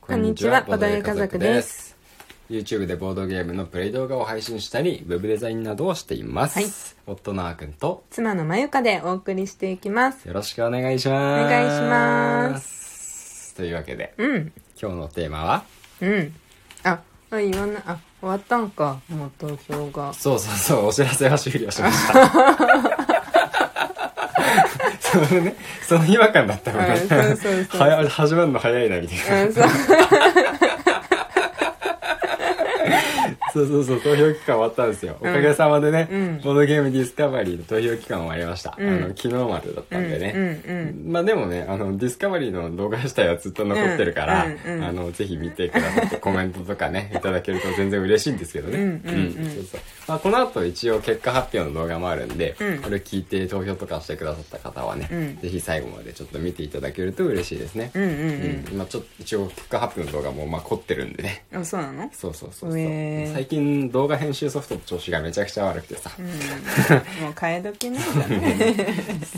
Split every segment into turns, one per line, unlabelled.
こんにちは、ボドゲ家族です。。
YouTube でボードゲームのプレイ動画を配信したり、ウェブデザインなどをしています。
はい
夫のあーくんと、
妻のまゆかでお送りしていきます。
よろしくお願いします。。
お願いします
というわけで、
うん、
今日のテーマは、
うん。あ、あ言わない、あ、終わったんか、もう投票 が。
そうそうそう、お知らせは終了しま した。そのね、その違和感だったのね。
うんそうそうそう
はや始まるの 早いな、みたいな。
うん、そう。
そうそうそう、投票期間終わったんですよ。おかげさまでね、ボードゲームディスカバリーの投票期間終わりました。あの、昨日までだったんでね。
うんうん
まあでもね、あの、ディスカバリーの動画自体はずっと残ってるから、
うんうんうん
あの、ぜひ見てくださ って、コメントとかね、いただけると全然嬉しいんですけどね。
うんうんうん
そうそうまあこの後一応結果発表の動画もあるんで、
うん
これ聞いて投票とかしてくださった方はね、
うん
ぜひ最後までちょっと見ていただけると嬉しいですね。
うんうん
うんまあちょっと一応結果発表の動画もまあ凝ってるんでね。
うん。あ、そうなの
そうそうそうそう、
へー
最近動画編集ソフトの調子がめちゃくちゃ悪くてさ、
うん。もう替え時なんだ ね。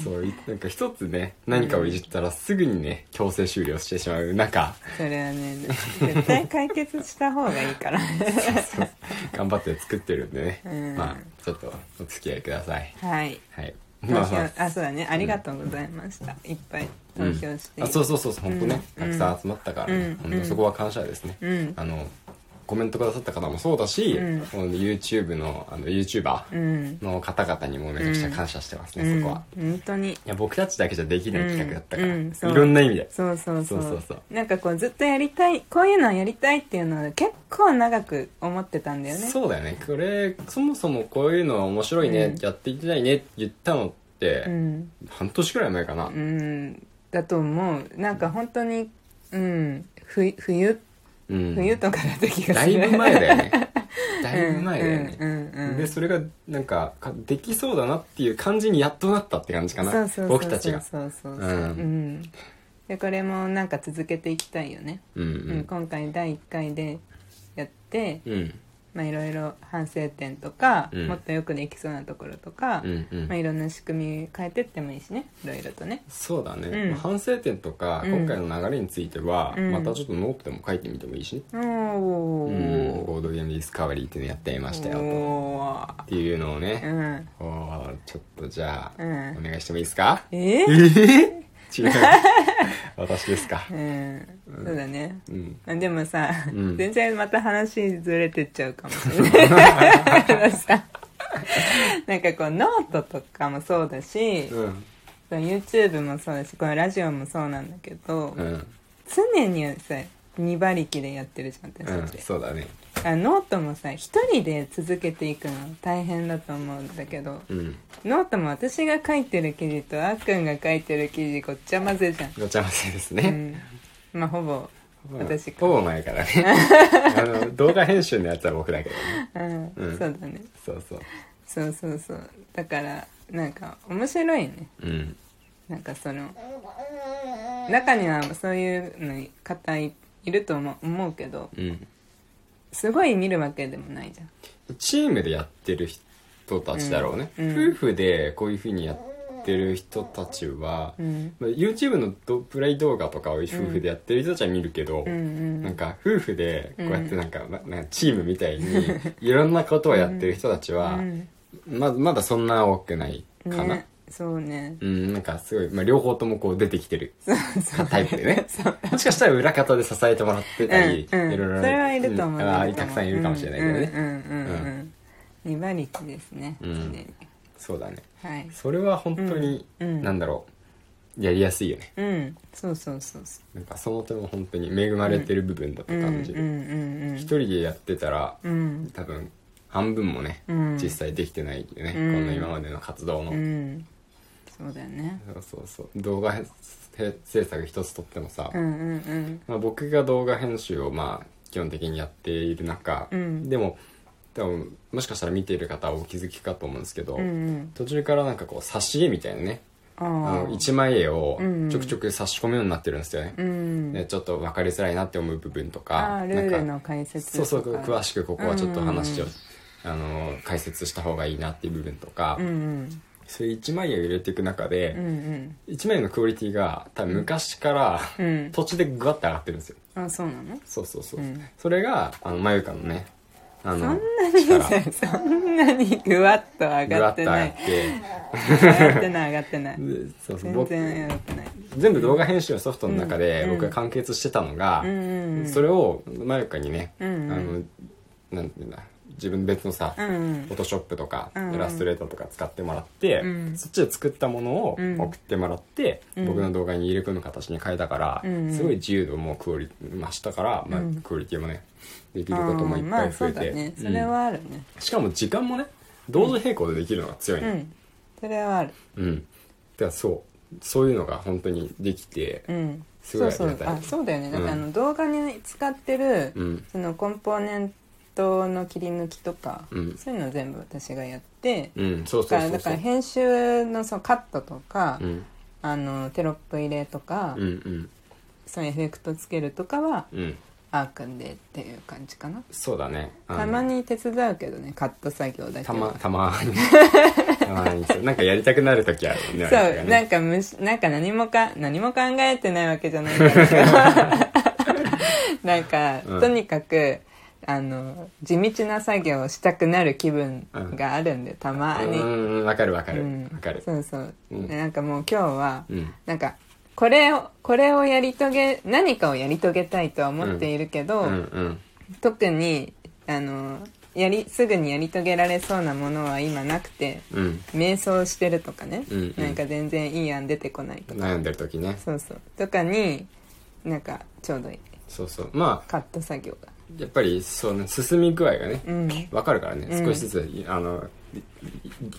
そういなんか一つね何かをいじったらすぐにね強制終了してしまう 中
それはね、絶対解決した方がいいから。
頑張って作ってるんでね、
うん
まあちょっとお付き合いください
はい。
はい
投
まあ
票
まあ、
あ、そうだね。ありがとうございました。いっぱい投票して。
あそうそうそうそう本当ね、
うん
たくさん集まったから、ね
うん
ほんとそこは感謝ですね、
うん
あのコメントくださった方もそうだし、
うん
この YouTube のあの YouTuber
うん。
の方々にもめちゃくちゃ感謝してますね、
うん
そこは。
本当に。
いや僕たちだけじゃできない企画だったから、
うんうんそう
いろんな意味で
そうそうそう
そうそう
なんかこうずっとやりたいこういうのをやりたいっていうのは結構長く思ってたんだよね
そうだよねこれそもそもこういうの面白いね、
うん
やっていきたいねって言ったのって、
うん、
半年くらい前かな、
うん、だと思うなんか本当にうんふ冬
うん
冬とかだった気が
だ
す
い
る、
ぶ前だよねだいぶ前だよ
うん
ね、
うんうんうん
でそれがなんかかできそうだなっていう感じにやっとなったって感じかな
そうそうそう
僕たちが
そうそうそう
う
うんん、でこれもなんか続けていきたいよね、
うん
うん今回第1回でやって、
うんうん
まあ、いろいろ反省点とか、
うん
もっとよくできそうなところとか、
うんうん
まあ、いろんな仕組み変えてってもいいしねいろいろとね
そうだね、
うん
まあ反省点とか、
うん
今回の流れについては、
うん
またちょっとノートでも書いてみてもいいしね、
お
う
お
ん、ボードゲームディスカバリーっていうのやってみましたよと
おー
っていうのをね、
うん
おーちょっとじゃあ、
うん
お願いしてもいいですかえ
え
ー、違 う私ですか
うんそうだね
うん
あでもさ、
うん
全然また話ずれてっちゃうかも しれないあのさなんかこうノートとかもそうだし、
うん
そう YouTube もそうだしこのラジオもそうなんだけど、
うん、
常にさ2馬力でやってるじゃん私
う
た
ん
ち、
そうだね
あノートもさ一人で続けていくの大変だと思うんだけど
うん
ノートも私が書いてる記事とあっくんが書いてる記事ごっちゃ混ぜじゃん、
ごちゃ混ぜです
う
ね、
ん、まあほぼ
うん
私か
ほぼ前からね あの動画編集のやつは僕だけどね
うん、
うん
そうだね
そうそう
そうそうそうだからなんか面白いね
うん
なんかその中にはそういうの方いいると思う思うけど
うん
すごい見るわけでもないじゃん
チームでやってる人たちだろうね、
うん
夫婦でこういうふうにやってる人たちは、
うん
まあ YouTube のどプレイ動画とかを夫婦でやってる人たちは見るけど、
うんうん
なんか夫婦でこうやってなんか、まなんかチームみたいにいろんなことをやってる人たちは、
うん
ままだそんな多くないかな、
ねそうね
うんなんかすごい、まあ、両方ともこう出てきてるタイプでねもしかしたら裏方で支えてもらってたり、
うんうん、
いろいろ
それはいると思う、
んあーたくさんいるかもしれないけどね、
うんうんうん、う
うん
二馬力ですね、
うん
常に
そうだね
はい
それは本当に、
うん
なんだろうやりやすいよね
うんそうそうそうそ
なんかその点も本当に恵まれてる部分だと
ううんうん
感じる、
うん
一人でやってたら
うんうん
多分半分もね、
うん
実際できてないよね、
うん
この今までの活動の、
うんそうだよね
そうそうそう動画編制制作一つとってもさ、
うんうん
まあ、僕が動画編集をまあ基本的にやっている中、
うん
でも多分もしかしたら見ている方はお気づきかと思うんですけど、
うんうんうん
途中からなんかこう挿絵みたいなね
あ
あの
ー
一枚絵を
うん
ちょくちょく差し込むようになってるんですよね、
うん
でちょっと分かりづらいなって思う部分とか
あールール
なん
の
か
解説
そうそう詳
し
しくここはちょっと話を、
うん
あの解説した方がいいなっていう部分とか、
うん
そういう1枚を入れていく中で、
うんうん
一枚のクオリティが多分昔から、
うん
途中でグワッて上がってるんですよ
あそうなの
そうそうそう、
うん
それがあのマユカのねあの
そんなに そんなにぐわっと上
グ
が
ワ
っ
ッと
て
上
な
が
い
って
上がってない上がってない
でそうそう
全
僕
然上がってない
全部動画編集のソフトの中で
うん
僕が完結してたのが、
うんうんうん
それをマユカにね、
うんうん
あのなんていうんだ自分別のさ、
うんうん
フォトショップとか、
うんうん
イラストレーターとか使ってもらって、
うん
そっちで作ったものを
うん
送ってもらって、
うん
僕の動画に入れ込む形に変えたから、
うんうん
すごい自由度もクオリ増したから、まあ
うん、
クオリティもねできることもいっ
あーま
ぱ
あ
い増
そ
え
うだ
て、
ね
うん
それはあるね
しかも時間もね同時並行でできるのが強い
うん、
の、
それはある
うんだからそうそういうのが本当にできて
うん
すごいあり
そう
が
そ
た
う
い
あそうだよねだからあ
う
の動画に使ってる、
うん
そのコンポーネントの切り抜きとか、
うん
そういうの全部私がやって、
うんそう
だ
そ
か
うそ
ら
う
だ
そ
か
う
ら編集のそのカットとか、
うん
あのテロップ入れとか、
うんうん
そのエフェクトつけるとかは
うん
あーくんでっていう感じかな
そうだねあの
たまに手伝うけどねカット作業だけ
た
は
またまにたまにそうなんかやりたくなる時あるよねあれ
そう
がね
なんかむしなんか何もか何も考えてないわけじゃないんだけど なんか、
うん
とにかくあの地道な作業をしたくなる気分があるんで、たまに、
うんうんうんわかるわかる
う
わ、
ん
かる
そうそう、
うん
でなんかもう今日は、
うん
なんかこれをこれをやり遂げ何かをやり遂げたいとは思っているけど、
うんうん
特にあのやりすぐにやり遂げられそうなものは今なくて
うん
瞑想してるとかね、
うんうん
なんか全然いい案出てこないとか、
悩んでる時ね
そうそうとかになんかちょうどいい
そうそうま
カット作業が
あやっぱりそうね進み具合がね
うん
わかるからね、
うん
少しずついあのいい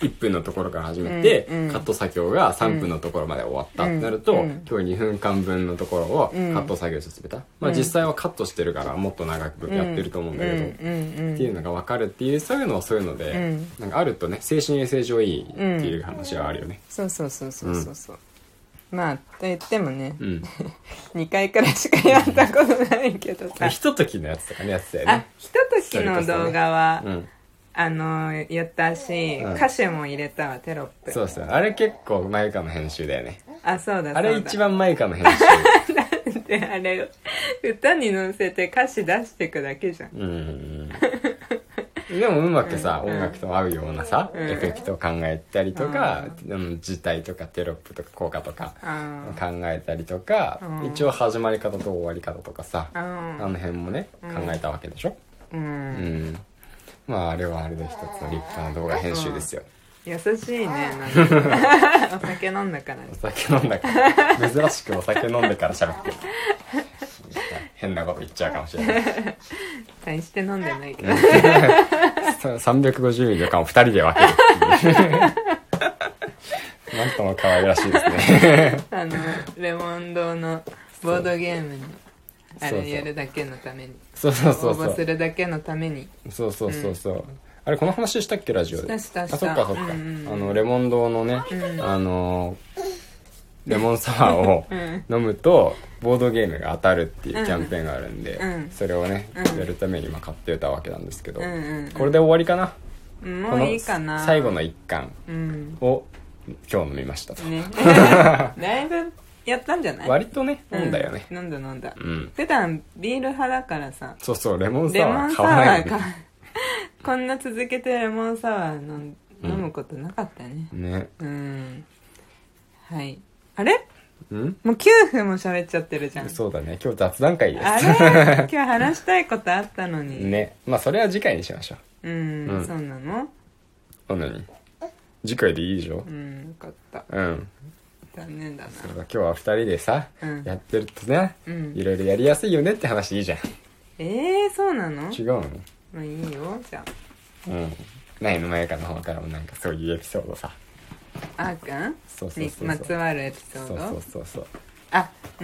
1分のところから始めて、
うんうん
カット作業が3分のところまで終わったってなると、
うんうん
今日2分間分のところをカ
うん
ット作業進めた、まあ、
うん
実際はカットしてるからもっと長くやってると思うんだけど、
うんうんうん
っていうのがわかるっていうそういうのはそういうので、
うん
なんかあるとね精神衛生上いいっていう話はあるよね。
そうそうそうそうそうそうまあと言ってもね、
うん、
2回くらいしかやったことないけどさ
ひとときのやつとかねやってたよ
あ
ね。
ひとときの動画は、
うん、
あのやったし、
うん
歌手も入れたわテロップ
そうそうあれ結構マイカの編集だよね
あそうだそうだ
あれ一番マイカの編集、
であれ歌に乗せて歌詞出してくだけじゃん
うんうんうん、でもうまくさ、音楽と合うようなさ、
うん
エフェクトを考えたりとか、うん、字体とかテロップとか効果とか
あ
考えたりとか、
うん
一応始まり方と終わり方とかさ、あ
あ
の辺もね考えたわけでしょ、
う
うん
ん
まああれはあれで一つの立派な動画編集 ですよ、
優しいねなんかお酒飲んだからね
お酒飲んだから珍しくお酒飲んでから喋ってる 変なこと言っちゃうかもしれない
大して飲んでないけど
350ミリの缶を2人で分けるっていうなんとも可愛らしいですね
あのレモン堂のボードゲームのあ
そうそう
れやるだけのために
そうそうそ
応
うそ
募す
う
るだけのために
そうそうそうそう、あれこの話したっけラジオで
したしたした
あそっかそっか、
うんうん
あのレモン堂のね、あのーレモンサワーを
うん
飲むとボードゲームが当たるっていうキャンペーンがあるんで、
うん
それをね、
うん
やるために今買ってたわけなんですけど、
うんうん
これで終わりかな
うん
こ
もう
の
いいかな
最後の一巻
うん
を今日飲みましたと、
ねだいぶやったんじゃない
割とね
う
飲んだよね
飲んだ飲んだ
うん、
普段ビール派だからさ
そうそうレモンサ
レ
ワ
モン
ー
サ
買わな
ワ
い
ー
よ
か
ね
こんな続けてレモンサワー飲ん飲むことなかったね
ね
うん、はいあれ
うん
もう9分も喋っちゃってるじゃん
そうだね今日雑談会で
あれ 今日話したいことあったの
す
に、
ねまあそれは次回にしましょう
うん、
うん
そうなの
そんなに次回でいいでしょ
うんよかった
うん
残念だな
そうだ今日は二人でさ、
うん
やってるとね、
うん
いろいろやりやすいよねって話いいじゃん
えー、そうなの
違うの
まあいいよじゃ
うんないのまやかの方からもなんかそういうエピソードさ
ああーくん
そうそう
に
そう
まつ
そう
わるエピソ
そ
ード
うそうそうそう
あう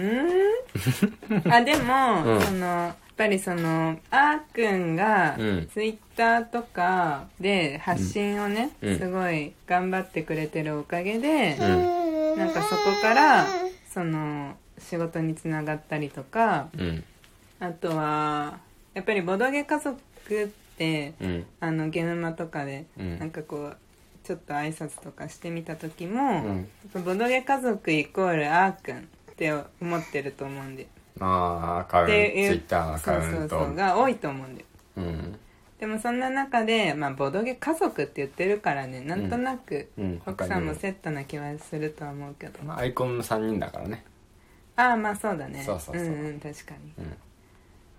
ーんあでも、
うん
そのやっぱりそのあーくんが
うん
ツイッターとかで発信をね、
うん
すごい頑張ってくれてるおかげで、
うん
なんかそこからその仕事につながったりとか
うん
あとはやっぱりボドゲ家族って
うん
あのゲームマとかで、
うん
なんかこうちょっと挨拶とかしてみた時も、
ん
やっぱボドゲ家族イコールあーくんって思ってると思うんで
あーアカウン
っ
トツイ
ていう
ッターのアカウント
そうそうそうが多いと思うんで
うん
でもそんな中で、まあ、ボドゲ家族って言ってるからねなんとなく
うんうん
奥さんもセットな気はするとは思うけど、
まあアイコンも3人だからね
ああまあそうだね
そうそうそうん
うん確かに
うん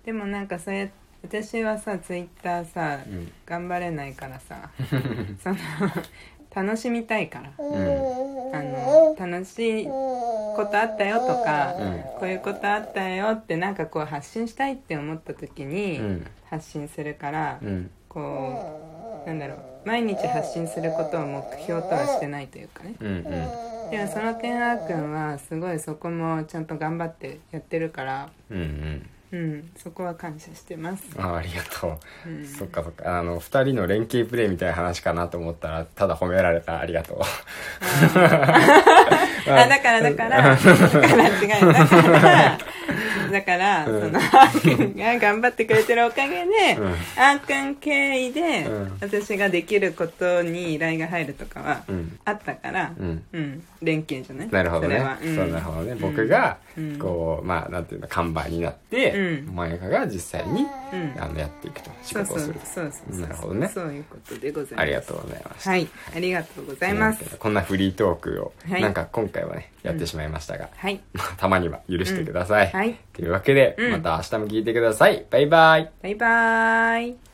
でもなんかそれ私はさツイッターさ、
うん
頑張れないからさ その楽しみたいから
うん
あの楽しいことあったよとか、
うん
こういうことあったよってなんかこう発信したいって思った時に
うん
発信するから、
うん
こうなんだろう毎日発信することを目標とはしてないというかね
うんうん
でもその点あーくんはすごいそこもちゃんと頑張ってやってるから
うんうん
うんそこは感謝してます
あありがとう、そっかそっかあの2人の連携プレーみたいな話かなと思ったらただ褒められたありがとう
あだからだからだから違うだからだから、そのあーくんが頑張ってくれてるおかげで、
うん
あーくん経緯で、
うん
私ができることに依頼が入るとかは
うん
あったから、
うん
連携じゃない
なるほど
そ
ね
れは、うん
そうなるほどね僕が
うん
こうまあなんていうの看板になって、
う
マヤカが実際に、
うん
あのやっていくと仕
そう
事
そ
を
う
す
そう
る
そうそう
なるほどね
そういうことでございます
ありがとうございました、
はいありがとうございます
こんなフリートークを、
はい
なんか今回はねやってしまいましたが、
はい
まあたまには許してください、
うんはい
というわけで、
うん
また明日も聞いてくださいバイバイ
バイバーイ